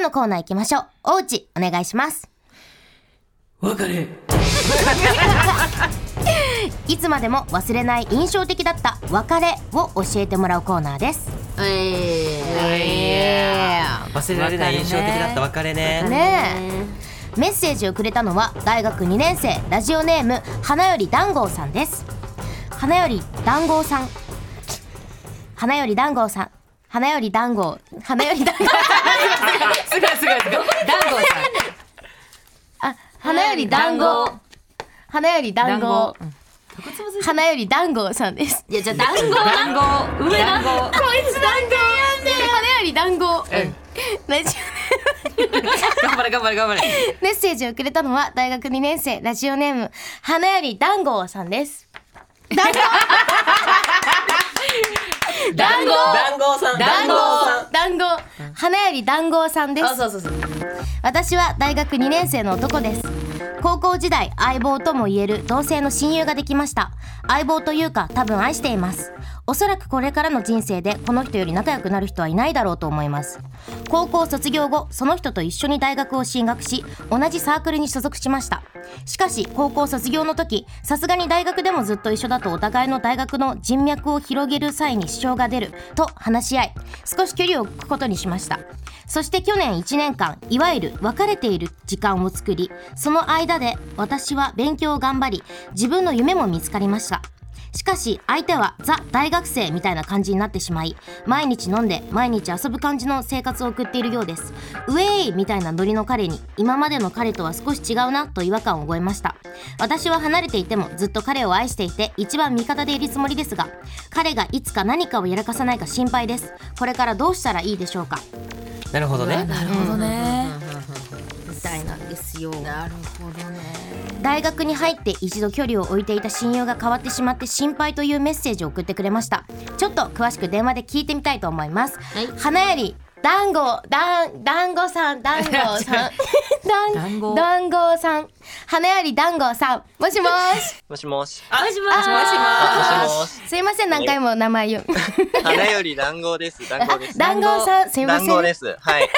のコーナー行きましょう。おうち、お願いします。別れ いつまでも忘れない印象的だった別れを教えてもらうコーナーです。え忘れられない印象的だった別れねねえメッセージをくれたのは大学2年生ラジオネーム花より団子さんです花より団子さん花より団子さん花より団子花より団子すごいすごいすごい。ダンゴさあ花より団子花より団子花より団子さんですん。いやじゃあ団子団子上団子。こいつ団子やんね花より団子んラジオ頑張れ頑張れ頑張れ。メッセージをくれたのは大学2年生ラジオネーム花より団子さんです団子。団子さん団子さ団ん子花より団子さんですあそうそうそう。私は大学2年生の男です高校時代相棒とも言える同性の親友ができました相棒というか多分愛していますおそらくこれからの人生でこの人より仲良くなる人はいないだろうと思います高校卒業後その人と一緒に大学を進学し同じサークルに所属しましたしかし高校卒業の時さすがに大学でもずっと一緒だとお互いの大学の人脈を広げる際に支障が出ると話し合い少し距離を置くことにしましたそして去年1年間いわゆる別れている時間を作りその間で私は勉強を頑張り自分の夢も見つかりましたしかし相手はザ大学生みたいな感じになってしまい毎日飲んで毎日遊ぶ感じの生活を送っているようですウェイみたいなノリの彼に今までの彼とは少し違うなと違和感を覚えました私は離れていてもずっと彼を愛していて一番味方でいるつもりですが彼がいつか何かをやらかさないか心配ですこれからどうしたらいいでしょうかなるほどねなるほどね。みたいなんですよ。なるほどね。大学に入って一度距離を置いていた親友が変わってしまって心配というメッセージを送ってくれましたちょっと詳しく電話で聞いてみたいと思います、い花より団子団団子さん団子さん団団子団子さん花より団子さんもしもしもしもしももし。しもしあももしもし。すいません何回も名前を花より団子 です。団子です。団子さんすいませ団ん子です。はい。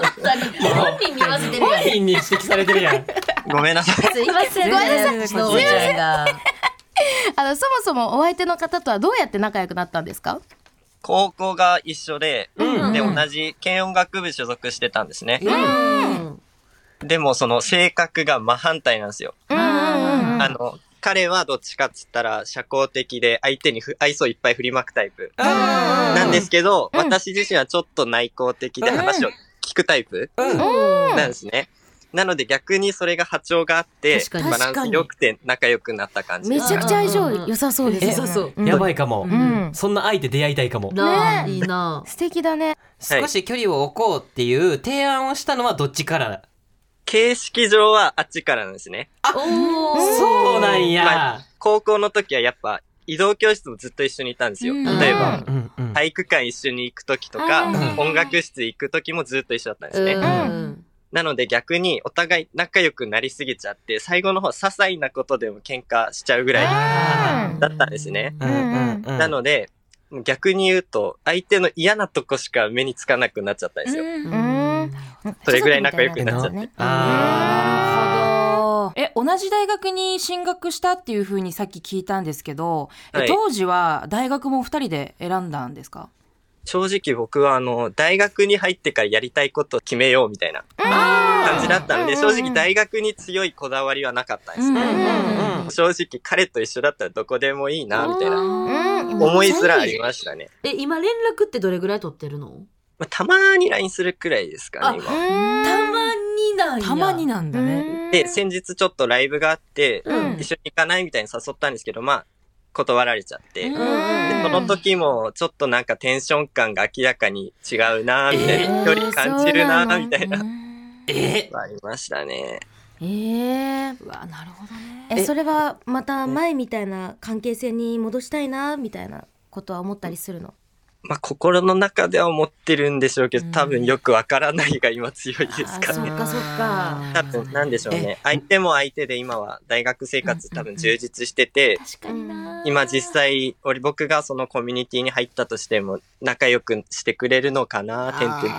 本人に合わせてる本やん。人に指摘されてるやんごめんなさい。すいません。ごめんなさい。すいませんが。あのそもそもお相手の方とはどうやって仲良くなったんですか高校が一緒で、うんで、同じ軽音楽部所属してたんですね。うん。でも、その性格が真反対なんですよ。うんうんうんあの、彼はどっちかっつったら社交的で相手にふ愛想いっぱい振りまくタイプななんですけど、うん私自身はちょっと内向的で話を聞くタイプなんですね。なので逆にそれが波長があって確かにバランス良くて仲良くなった感じめです。ちゃくちゃ相性良さそうですよね良さそううんやばいかもうんそんな相手出会いたいかもなあねえいいな。素敵だねはい少し距離を置こうっていう提案をしたのはどっちから形式上はあっちからなんですね。おお。そうなんまやあ高校の時はやっぱ移動教室もずっと一緒にいたんですよ。うん例えば、うんうん体育館一緒に行く時とうかん、音楽室行く時もずっと一緒だったんですね。うん。なので逆にお互い仲良くなりすぎちゃって、最後の方、些細なことでも喧嘩しちゃうぐらいあだったんですね。ーうんうんうんなので、逆に言うと、相手の嫌なとこしか目につかなくなっちゃったんですよ。ううんんそれぐらい仲良くなっちゃ家って族みたいになってるんだねあえ同じ大学に進学したっていう風にさっき聞いたんですけど、えはい当時は大学も二人で選んだんですか？正直僕はあの、大学に入ってからやりたいことを決めようみたいな感じだったので、うんうん正うん直大学に強いこだわりはなかったんですうね。んうんうん正直彼と一緒だったらどこでもいいな、みたいなうん思いすらありましたね。え今連絡ってどれぐらい取ってるの？まあ、たまに LINE するくらいですかね、う今。んたまになんや。たまになんだね。で、先日ちょっとライブがあって、うん一緒に行かないみたいに誘ったんですけど、まあ、断られちゃって。うんで、うんその時も、ちょっとなんかテンション感が明らかに違うなみたいな、距離感じるなみたいな、えありましたね。えー うわなるほどね。えそれはまた前みたいな関係性に戻したいなみたいなことは思ったりするのまあ、心の中では思ってるんでしょうけど、多分よくわからないが今強いですかそっね。かそっか多分、なんでしょうね。相手も相手で今は大学生活多分充実してて、確かにな。今実際、俺僕がそのコミュニティに入ったとしても仲良くしてくれるのかな、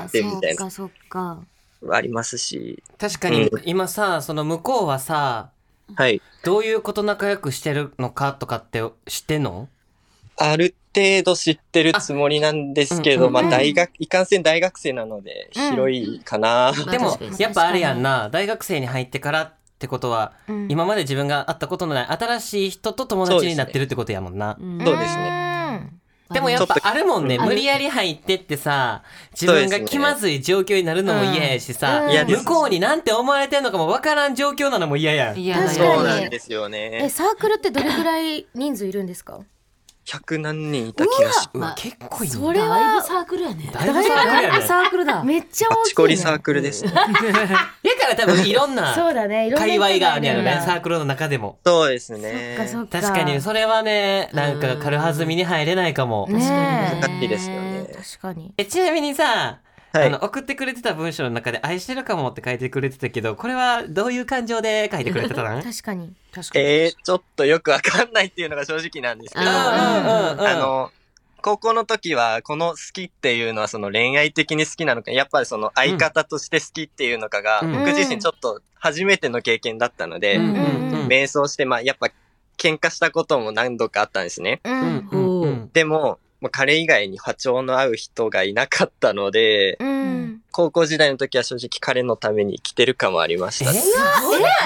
てんてんてんみたいな。あーそっかそっかはありますし、確かにうん今さ、その向こうはさ、はい。どういうこと仲良くしてるのかとかって知ってんのある程度知ってるつもりなんですけど、あうんまあうん大学、いかんせん大学生なのでうん広いかな。まあでも確かにやっぱあれやんな大学生に入ってからってことはうん今まで自分が会ったことのない新しい人と友達になってるってことやもんな。うんそうですねでもやっぱあるもんねちょっと無理やり入ってってさ自分が気まずい状況になるのも嫌やしさ、うん嫌です向こうになんて思われてんのかもわからん状況なのも嫌やん。嫌だ確かそにうよなんですよえね。サークルってどれくらい人数いるんですか100何人いた気がしうまわあ結構いいそなれだいぶはサークルやねだいぶサークルやね。サークルだめっちゃバ大きい、ね、チコリサークルですね。だから多分いろんそうなだねいろんな界人隈があるんやろいねるんだサークルの中でも。そうですそねっ。かそっか確かにそれはねなんか軽はずみに入れないかも。ね確かにねですよね確かにえちなみにさ、はいあの送ってくれてた文章の中で「愛してるかも」って書いてくれてたけどこれはどういう感情で書いてくれてたの確かに確かに。えー、ちょっとよくわかんないっていうのが正直なんですけど、ああの、高校の時は、この好きっていうのはその恋愛的に好きなのか、やっぱりその相方として好きっていうのかが、うん僕自身ちょっと初めての経験だったので、うんうんうん迷走して、まあやっぱ喧嘩したことも何度かあったんですね。ううんんうんうんでも、まあ彼以外に波長の合う人がいなかったので、うん高校時代の時は正直彼のために生きてる感もありましえた。す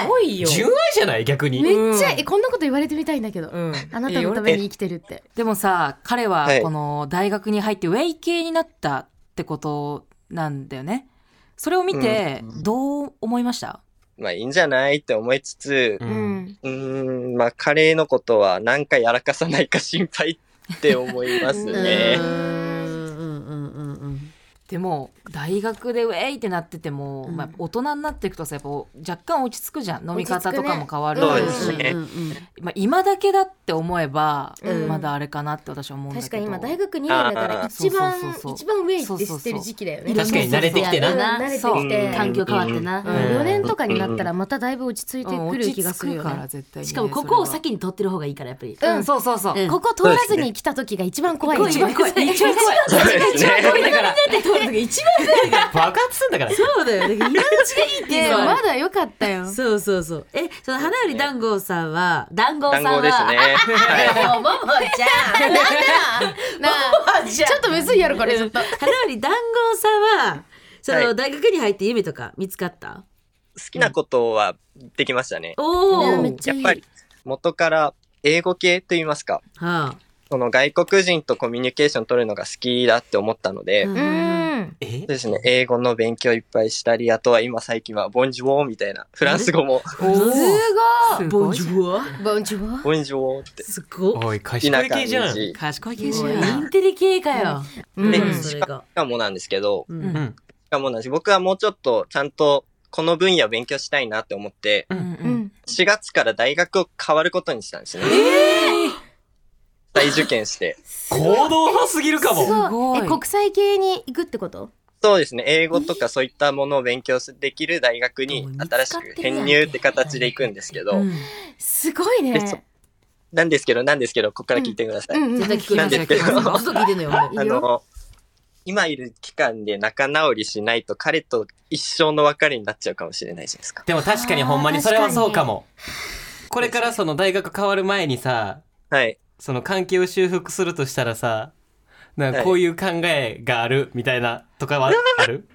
ごいよ。純愛じゃない逆にめっちゃえこんなこと言われてみたいんだけどうんあなたのために生きてるってでもさ、彼ははいこの大学に入ってウェイ系になったってことなんだよね。それを見てう、んどう思いました、まあいいんじゃないって思いつつ、ううんんうーん、まあ、カレーのことは何回やらかさないか心配って思いますうんね。うんうんうんうんでも、大学でウェイってなってても、まあ、大人になっていくとさ、やっぱ若干落ち着くじゃん。飲み方とかも変わる落そちう着くでねすね。うんうんうんまあ、今だけだって思えば、うんまだあれかなって私は思うんだけ確かど。に今大学2年だからあー一番そうそうそうそう一番上って知ってる時期だよね確かに慣れてきてな慣れてそうきて環境変わってな、ううん4年とかになったらまただいぶ落ち着いてうんくる気がするよ落ち着くかねら絶対にねしかもここをそれは先に取ってる方がいいからやっぱり、うん、そうそうそう。うんここ通らずに来た時が一番怖いよね一番怖い。一番怖い。 そうですね。だから。一番爆発すんだからそうだよね今のうちがいいっていいうのやはまだ良かったよそうそうそうえその花より団子さんは団子さ団んは子ですね。はい。もうももちゃんなあももちゃんちょっとむずいやろこれちょっと花より団子さんはそはのい大学に入って夢とか見つかった好きなことはできましたね。おお、めっちゃやっいいぱり元から英語系と言いますか、はその外国人とコミュニケーション取るのが好きだって思ったので、うそんうんえうですね、英語の勉強いっぱいしたり、あとは今最近はボンジュオーみたいな、フランス語もおーすあ、ごいボンジュワボンジュワボンジュオー ってすごおい好き賢ない系じゃ感んじ。賢いい系イじゃンん。テリ系かよ、うんで、うんしそれがかもなんですけど、う、うんんかもなんし、僕はもうちょっとちゃんとこの分野を勉強したいなって思って、うんううんん4月から大学を変わることにしたんですね。再受験して。行動派すぎるかすもごごいいえ国際系に行くってことそうですね。英語とかそういったものを勉強できる大学に新しく編入って形で行くんですけど、うんすごいねえそなんですけど、なんですけど、ここから聞いてください。うんうん絶対聞きまなんすですけどよずっと聞いてんのよ俺あの、今いる期間で仲直りしないと彼と一生の別れになっちゃうかもしれないじゃないですか。でも確かにほんまにそれはそうかもこれからその大学変わる前にさはい。その関係を修復するとしたらさなんかこういう考えがあるみたいなとかはある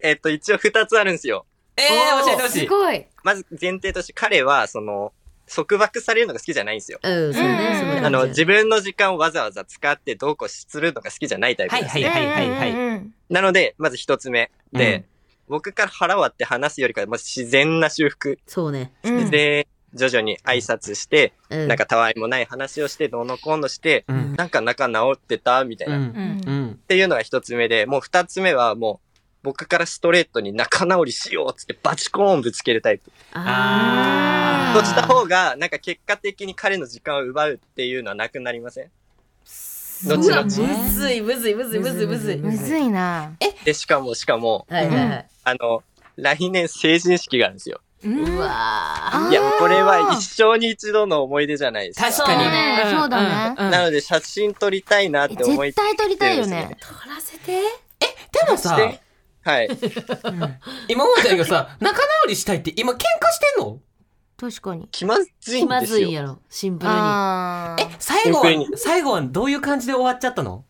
えっ、と、一応2つあるんですよ。えー、教えてほしすいごいまず前提として彼は、その、束縛されるのが好きじゃないんですよ。うんそうねうんそんな感じあの、自分の時間をわざわざ使ってどうこうするのが好きじゃないタイプはなんいです、はいはいはいはい、うんうんうんなので、まず一つ目。で、僕から腹割って話すよりかは、まず自然な修復。そうね、うんで、徐々に挨拶して、うん、なんかたわいもない話をして、どうのこうのして、うんなんか仲直ってたみたいうな。っんうんうんていうのが一つ目で、もう二つ目はもう、僕からストレートに仲直りしようっつってバチコーンぶつけるタイプ。ああそーっちた方が、なんか結果的に彼の時間を奪うっていうのはなくなりませんう後々むずむずいむずいむずいむずいむずいむむずいなで、しかも、しかも、はいはいはい、あの、来年成人式があるんですよ。うんうわあーいや、これは一生に一度の思い出じゃないですか。確そうかにねんそうだねうんうんなので、写真撮りたいなっえて思い絶対撮りたいよねー撮らせてでもさしてはい。今もちゃんがさ、仲直りしたいって今喧嘩してんの確かに。気まずい気んまでずすいよ。やろシンプルにあーえ、最シ後ンプルには、最後はどういう感じで終わっちゃったの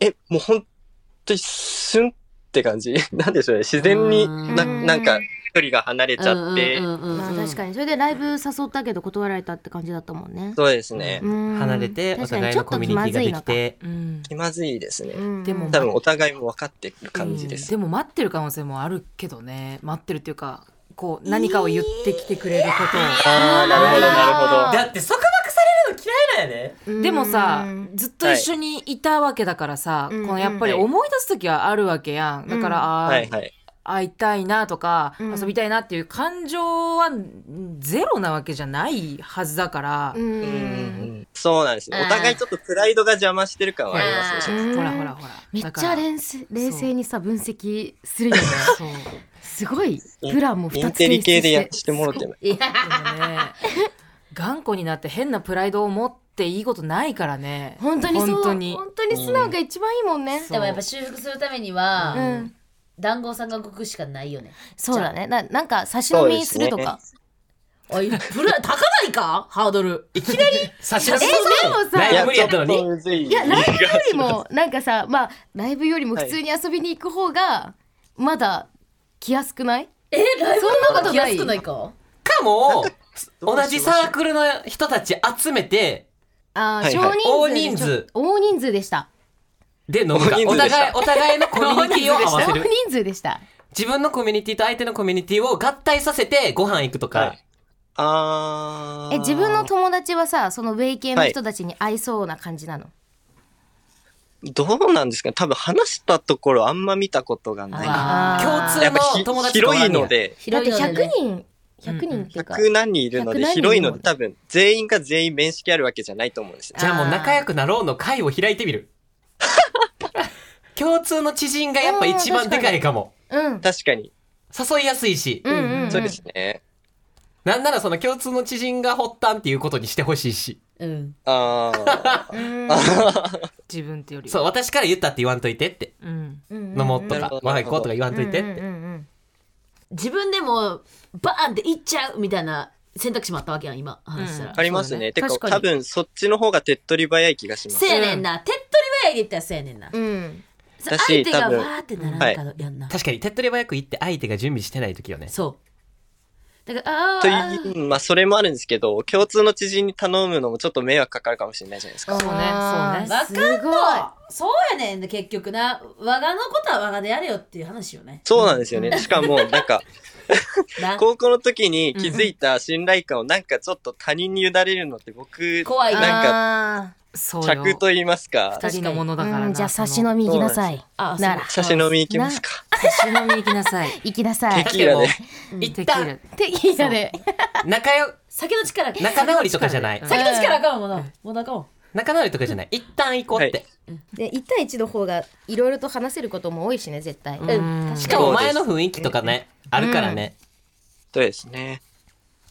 え、もう本当にスンって感じ。 なんでしょうね。自然にうんな、なんか、距離が離れちゃって。うんうんうんうんまあ確かにそれでライブ誘ったけど断られたって感じだったもんね。そうですね。離離れて、お互いのコミュニティができて。うん気まずいですね。うんでも多分お互いも分かってる感じです。うんでも待ってる可能性もあるけどね待ってるっていうかこう何かを言ってきてくれることをああ、なるほど、なるほど。だって束縛されるの嫌いだよね。でもさうんずっと一緒にいたわけだからさ、うんこのやっぱり思い出す時はあるわけやんだから、あーはいはい。会いたいなとか、うん遊びたいなっていう感情はゼロなわけじゃないはずだから、ううんんそうなんですね。お互いちょっとプライドが邪魔してる感はありますね。ほらほらほらめっだかちらゃ冷静冷静にさ分析する よねそうでもねすごいプランも2つインテリ系でやっ提出してもろてない。 頑固になって変なプライドを持っていいことないからね本当にそう本本当当にに素直が一番いいもんね、そうでもやっぱ修復するためにうは、ん、談合さんが動くしかないよね。そうだねななんか差し飲みするとか、おい、プラ、高ないかハードル。いきなり差し出すえでもさライブ無理やったのちょっにと。むずい。いやライブよりもなんかさまあライブよりも普通に遊びに行く方がまだ来やすくない、え、ライブそんなこと来なやいすくないかかども、うしましょう同じサークルの人たち集めて、ああはい少はい人数で大人数ちょ大人数でしたで飲むか大人お数でした互い、お互いのコミュニティを合わ大人せる。数でした自分のコミュニティと相手のコミュニティを合体させてご飯行くとはかい。あーえ自分の友達はさそのウェイ系の人たちに合いそうな感じなの、どうなんですか多分話したところあんま見たことがない。あー共やっ通ぱのひ友達とか広あいんねやので、だっ広いてのでね100人100人っていうか、 100何人いるの100で、何人広いのいるもんでね多分全員が全員面識あるわけじゃないと思うんですよ。じゃあもう仲良くなろうの会を開いてみ る。共通の知人がやっぱ一番でかいかも。うん確かに。誘いやすいし、うんうん、うん、そうですね。なんならその共通の知人が発端っていうことにしてほしいし。うん。ああ。うん自分ってよりはそう、私から言ったって言わんといてって。うん、飲もうなとるかほ、ど若い子とか言わんといてって。自分でも、バーンって行っちゃうみたいな選択肢もあったわけやん、今、話したら。ありますね。てか確かに多分そっちの方が手っ取り早い気がしますせ。やねんな。手っ取り早いで言ったらせやねんな。うんそう私相手が多わ分ーってならんかのやんな。確かに手っ取り早く行って相手が準備してない時よね。そう。だから、あとーあいまあそれもあるんですけど、共通の知人に頼むのもちょっと迷惑かかるかもしれないじゃないですか。そうねー、わかんすごいとそうやねんな、結局な。我がのことは我がでやれよっていう話よね。そうなんですよね。しかも、なんか、な高校の時に気づいた信頼感をなんかちょっと他人に委ねるのって僕、怖いよなんか、かそうよ尺と言いますか、二人のものだからな、うん、じゃあ差しその飲み行きなさいあ、そうなら差し飲み行きますか。差し飲み行きなさい 行きなさいテキーラで。一テキー旦ラテキーラで仲よ、酒の力、酒仲直りとかじゃない。うのん力あかんもんな。もう仲も。仲直りとかじゃない。一旦行こうっはてい。で1対1の方がいろいろと話せることも多いしね絶対、ううんん。し確かに。かもお前の雰囲気とかね、あるからね。そうですね。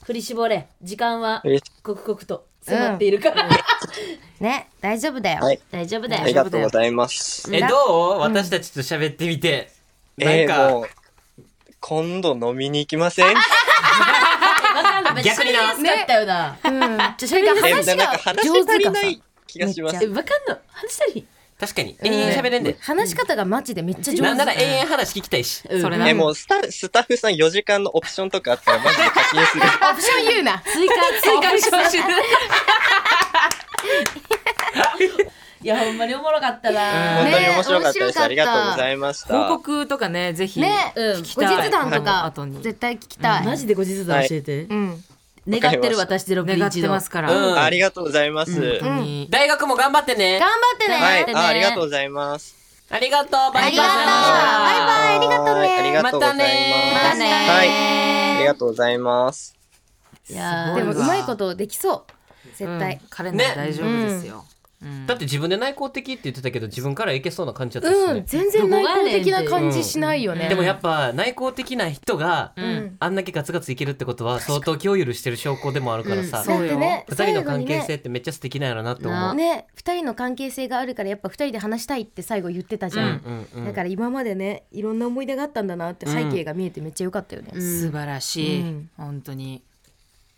振り絞れ。時間はえ刻々と迫っている から。ね大丈夫だよ、はい大丈夫あだりよ。がとうございます。え、などう私たちと喋ってみて。なえー、んかも、う、今度飲みに行きません逆になめっちゃ喋りやすかったよな。うん、ちょ、喋りやすいえ話がなんか話し足りない気がしま上す手。えわかんの。話したり。確かに。永遠喋れんで。話し方がマジでめっちゃ上手なんなら永遠話聞きたいし。うんそれなえ、もうスタ、スタッフさん4時間のオプションとかあったらマジで課金する。オプション言うな追加、追加してほしい。いや、ほんまにおもろかったな。本当に面白かね面ったで白す。かったありがとうございました。 報告とかねぜひね、うん後日談とはいか後に絶対聞きたい、マジでご実談教えてう。ん願ってる私で願ってますかから、うんありがとうございます。本当に、大学も頑張ってね頑。張ってね、はい、ねあありがとうございます。ありがとう。バイバイ。ありがとうバイバイありがとうねはーいありがとうございます。ままたねはい、ありでいやがとうございます。もうまいことできそう絶対、うん彼なら大丈夫ですよ、うんだって自分で内向的って言ってたけど自分からいけそうな感じだったっすうんね、全然内向的な感じしないようねんでもやっぱ内向的な人がううんんあんだけガツガツいけるってことは相当気を許してる証拠でもあるからさ、うん二そだうってね2人の最後関に係ね性ってめっちゃ素敵なんやろなって思う、ね2人の関係性があるからやっぱ2人で話したいって最後言ってたじうゃんん、うんうんだから今までねいろんな思い出があったんだなって背景が見えてめっちゃ良かったよね、素晴らしい、うん本当に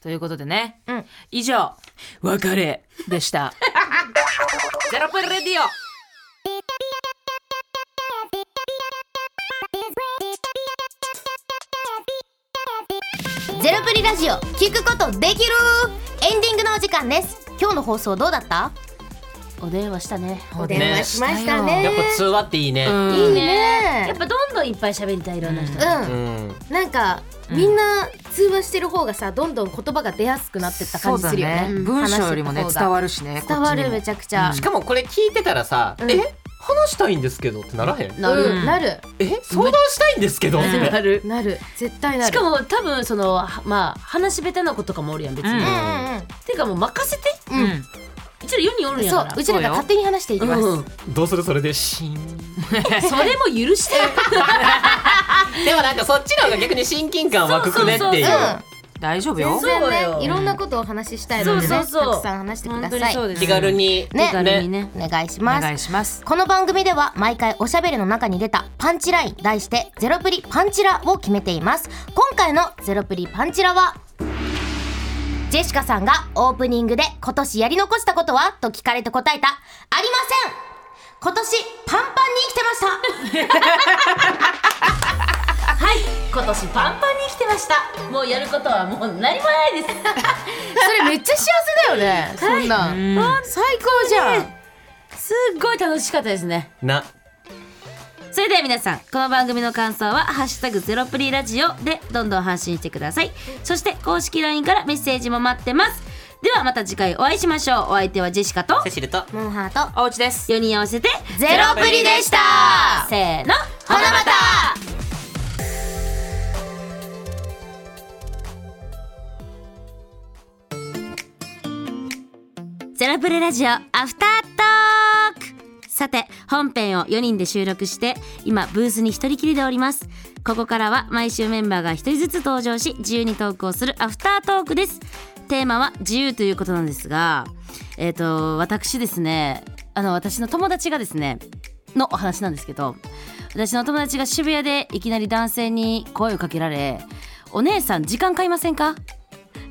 ということでね、うん以上別れでした ゼロプレディオゼロプリラジオ聞くことできるエンディングのお時間です今日の放送どうだったお電話したねお電話しましたねやっぱ通話っていいね、うんいいやねっぱどんどんいっぱい喋りたいいろんな人と、うん、うんなんか、うんみんな通話してる方がさどんどん言葉が出やすくなってった感じするよねそうだうん文章よりもね話してた伝方がわるしね伝わるめちゃくちゃ、しかもこれ聞いてたらさ「うんえ話したいんですけど」ってならへんなる、うんなる「え相談したいんですけど」ってなるなる絶対なるしかも多分そのはまあ話し下手な子とかもおるやん別に、うんうんうてんうんいうかもう任せてうん、うんうちら4人おるんやそかうらうちらが勝手に話していきます、うんどうするそれでシーンそれも許して でもなんかそっちの方が逆に親近感湧くねっていうそうそうそう大丈夫よ全全そう然よねいろんなことをお話ししたいのでねそうそうそうたくさん話してくだ本当さにいそうです気軽にね気軽にねお願いしおます願いしますこの番組では毎回おしゃべりの中に出たパンチライン題してゼロプリパンチラを決めています今回のゼロプリパンチラはジェシカさんがオープニングで今年やり残したことはと聞かれて答えたありません今年パンパンに生きてましたはい今年パンパンに生きてましたもうやることはもう何もない ですそれめっちゃ幸せだよねそんなん、最高じゃんすっごい楽しかったですねなそれでは皆さんこの番組の感想は「ハッシュタグゼロプリラジオ」でどんどん発信してくださいそして公式 LINE からメッセージも待ってますではまた次回お会いしましょうお相手はジェシカとセシルとモンハートおうちです4人合わせてゼロプリでしたせーのほなまたゼロプレラジオアフタートークさて本編を4人で収録して今ブースに1人きりでおりますここからは毎週メンバーが1人ずつ登場し自由にトークをするアフタートークですテーマは自由ということなんですがえっ、と私ですねあの私の友達がですねのお話なんですけど私の友達が渋谷でいきなり男性に声をかけられ「お姉さん時間買いませんか?」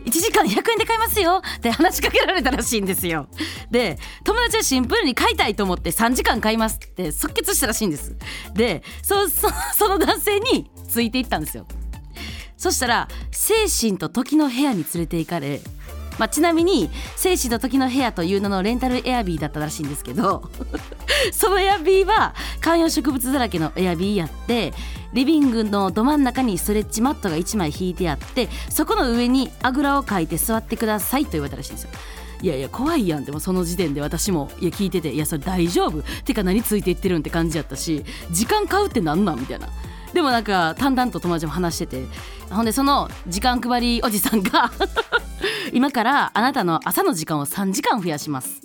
1時間100円で買いますよって話しかけられたらしいんですよで友達はシンプルに買いたいと思って3時間買いますって即決したらしいんですでそ そその男性についていったんですよそしたら精神と時の部屋に連れて行かれ、まあ、ちなみに精神と時の部屋という名のレンタルエアビーだったらしいんですけど そのエアビーは観葉植物だらけのエアビーやってリビングのど真ん中にストレッチマットが1枚引いてあってそこの上にあぐらをかいて座ってくださいと言われたらしいんですよ。いやいや怖いやんでもその時点で私もいや聞いてていやそれ大丈夫てか何ついていってるんって感じやったし時間買うってなんなんみたいなでもなんか淡々と友達も話しててほんでその時間配りおじさんが 今からあなたの朝の時間を3時間増やします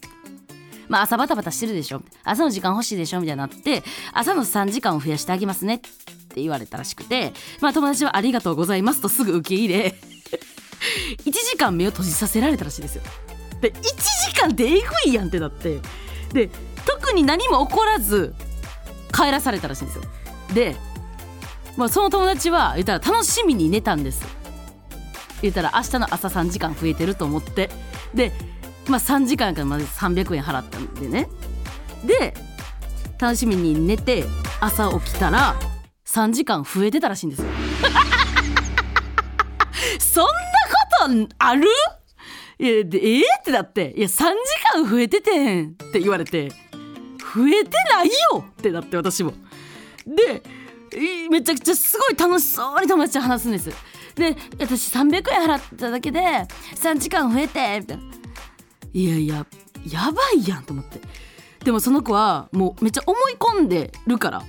まあ、朝バタバタしてるでしょ朝の時間欲しいでしょみたいになって朝の3時間を増やしてあげますねって言われたらしくて、まあ、友達は「ありがとうございます」とすぐ受け入れ 1時間目を閉じさせられたらしいですよ。で1時間でえぐいやんってなってで特に何も起こらず帰らされたらしいんですよ。で、まあ、その友達は言ったら楽しみに寝たんです。言ったら明日の朝3時間増えてると思ってでまあ、3時間やからまず300円払ったんでねで楽しみに寝て朝起きたら3時間増えてたらしいんですよそんなことあるいやでえー、ってだって「いや3時間増えててん」って言われて「増えてないよ!」ってなって私も。でえーめちゃくちゃすごい楽しそうに友達と話すんです。で私300円払っただけで3時間増えてみたいな。いやいややばいやんと思ってでもその子はもうめっちゃ思い込んでるから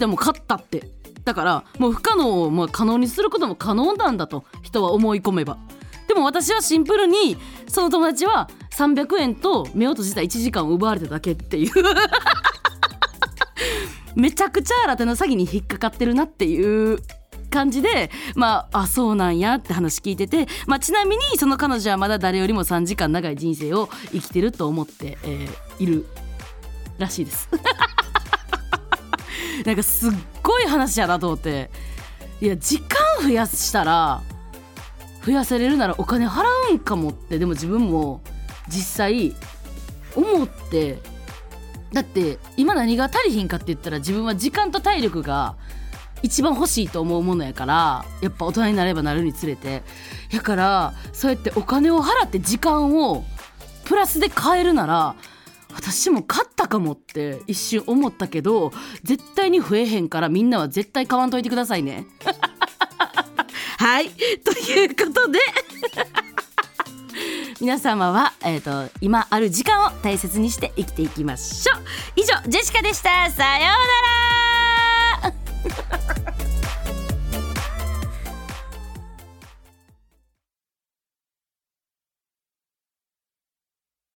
でも勝ったってだからもう不可能をまあ可能にすることも可能なんだと人は思い込めばでも私はシンプルにその友達は300円と目を閉じた1時間を奪われただけっていうめちゃくちゃ新手の詐欺に引っかかってるなっていう感じでまああそうなんやって話聞いてて、まあ、ちなみにその彼女はまだ誰よりも3時間長い人生を生きてると思って、えーいるらしいです なんかすっごい話やなと思っていや時間増やしたら増やせれるならお金払うんかもってでも自分も実際思ってだって今何が足りひんかって言ったら自分は時間と体力が一番欲しいと思うものやからやっぱ大人になればなるにつれてやからそうやってお金を払って時間をプラスで買えるなら私も買ったかもって一瞬思ったけど絶対に増えへんからみんなは絶対買わんといてくださいね。はいということで皆様は、えー、と今ある時間を大切にして生きていきましょう以上ジェシカでしたさようなら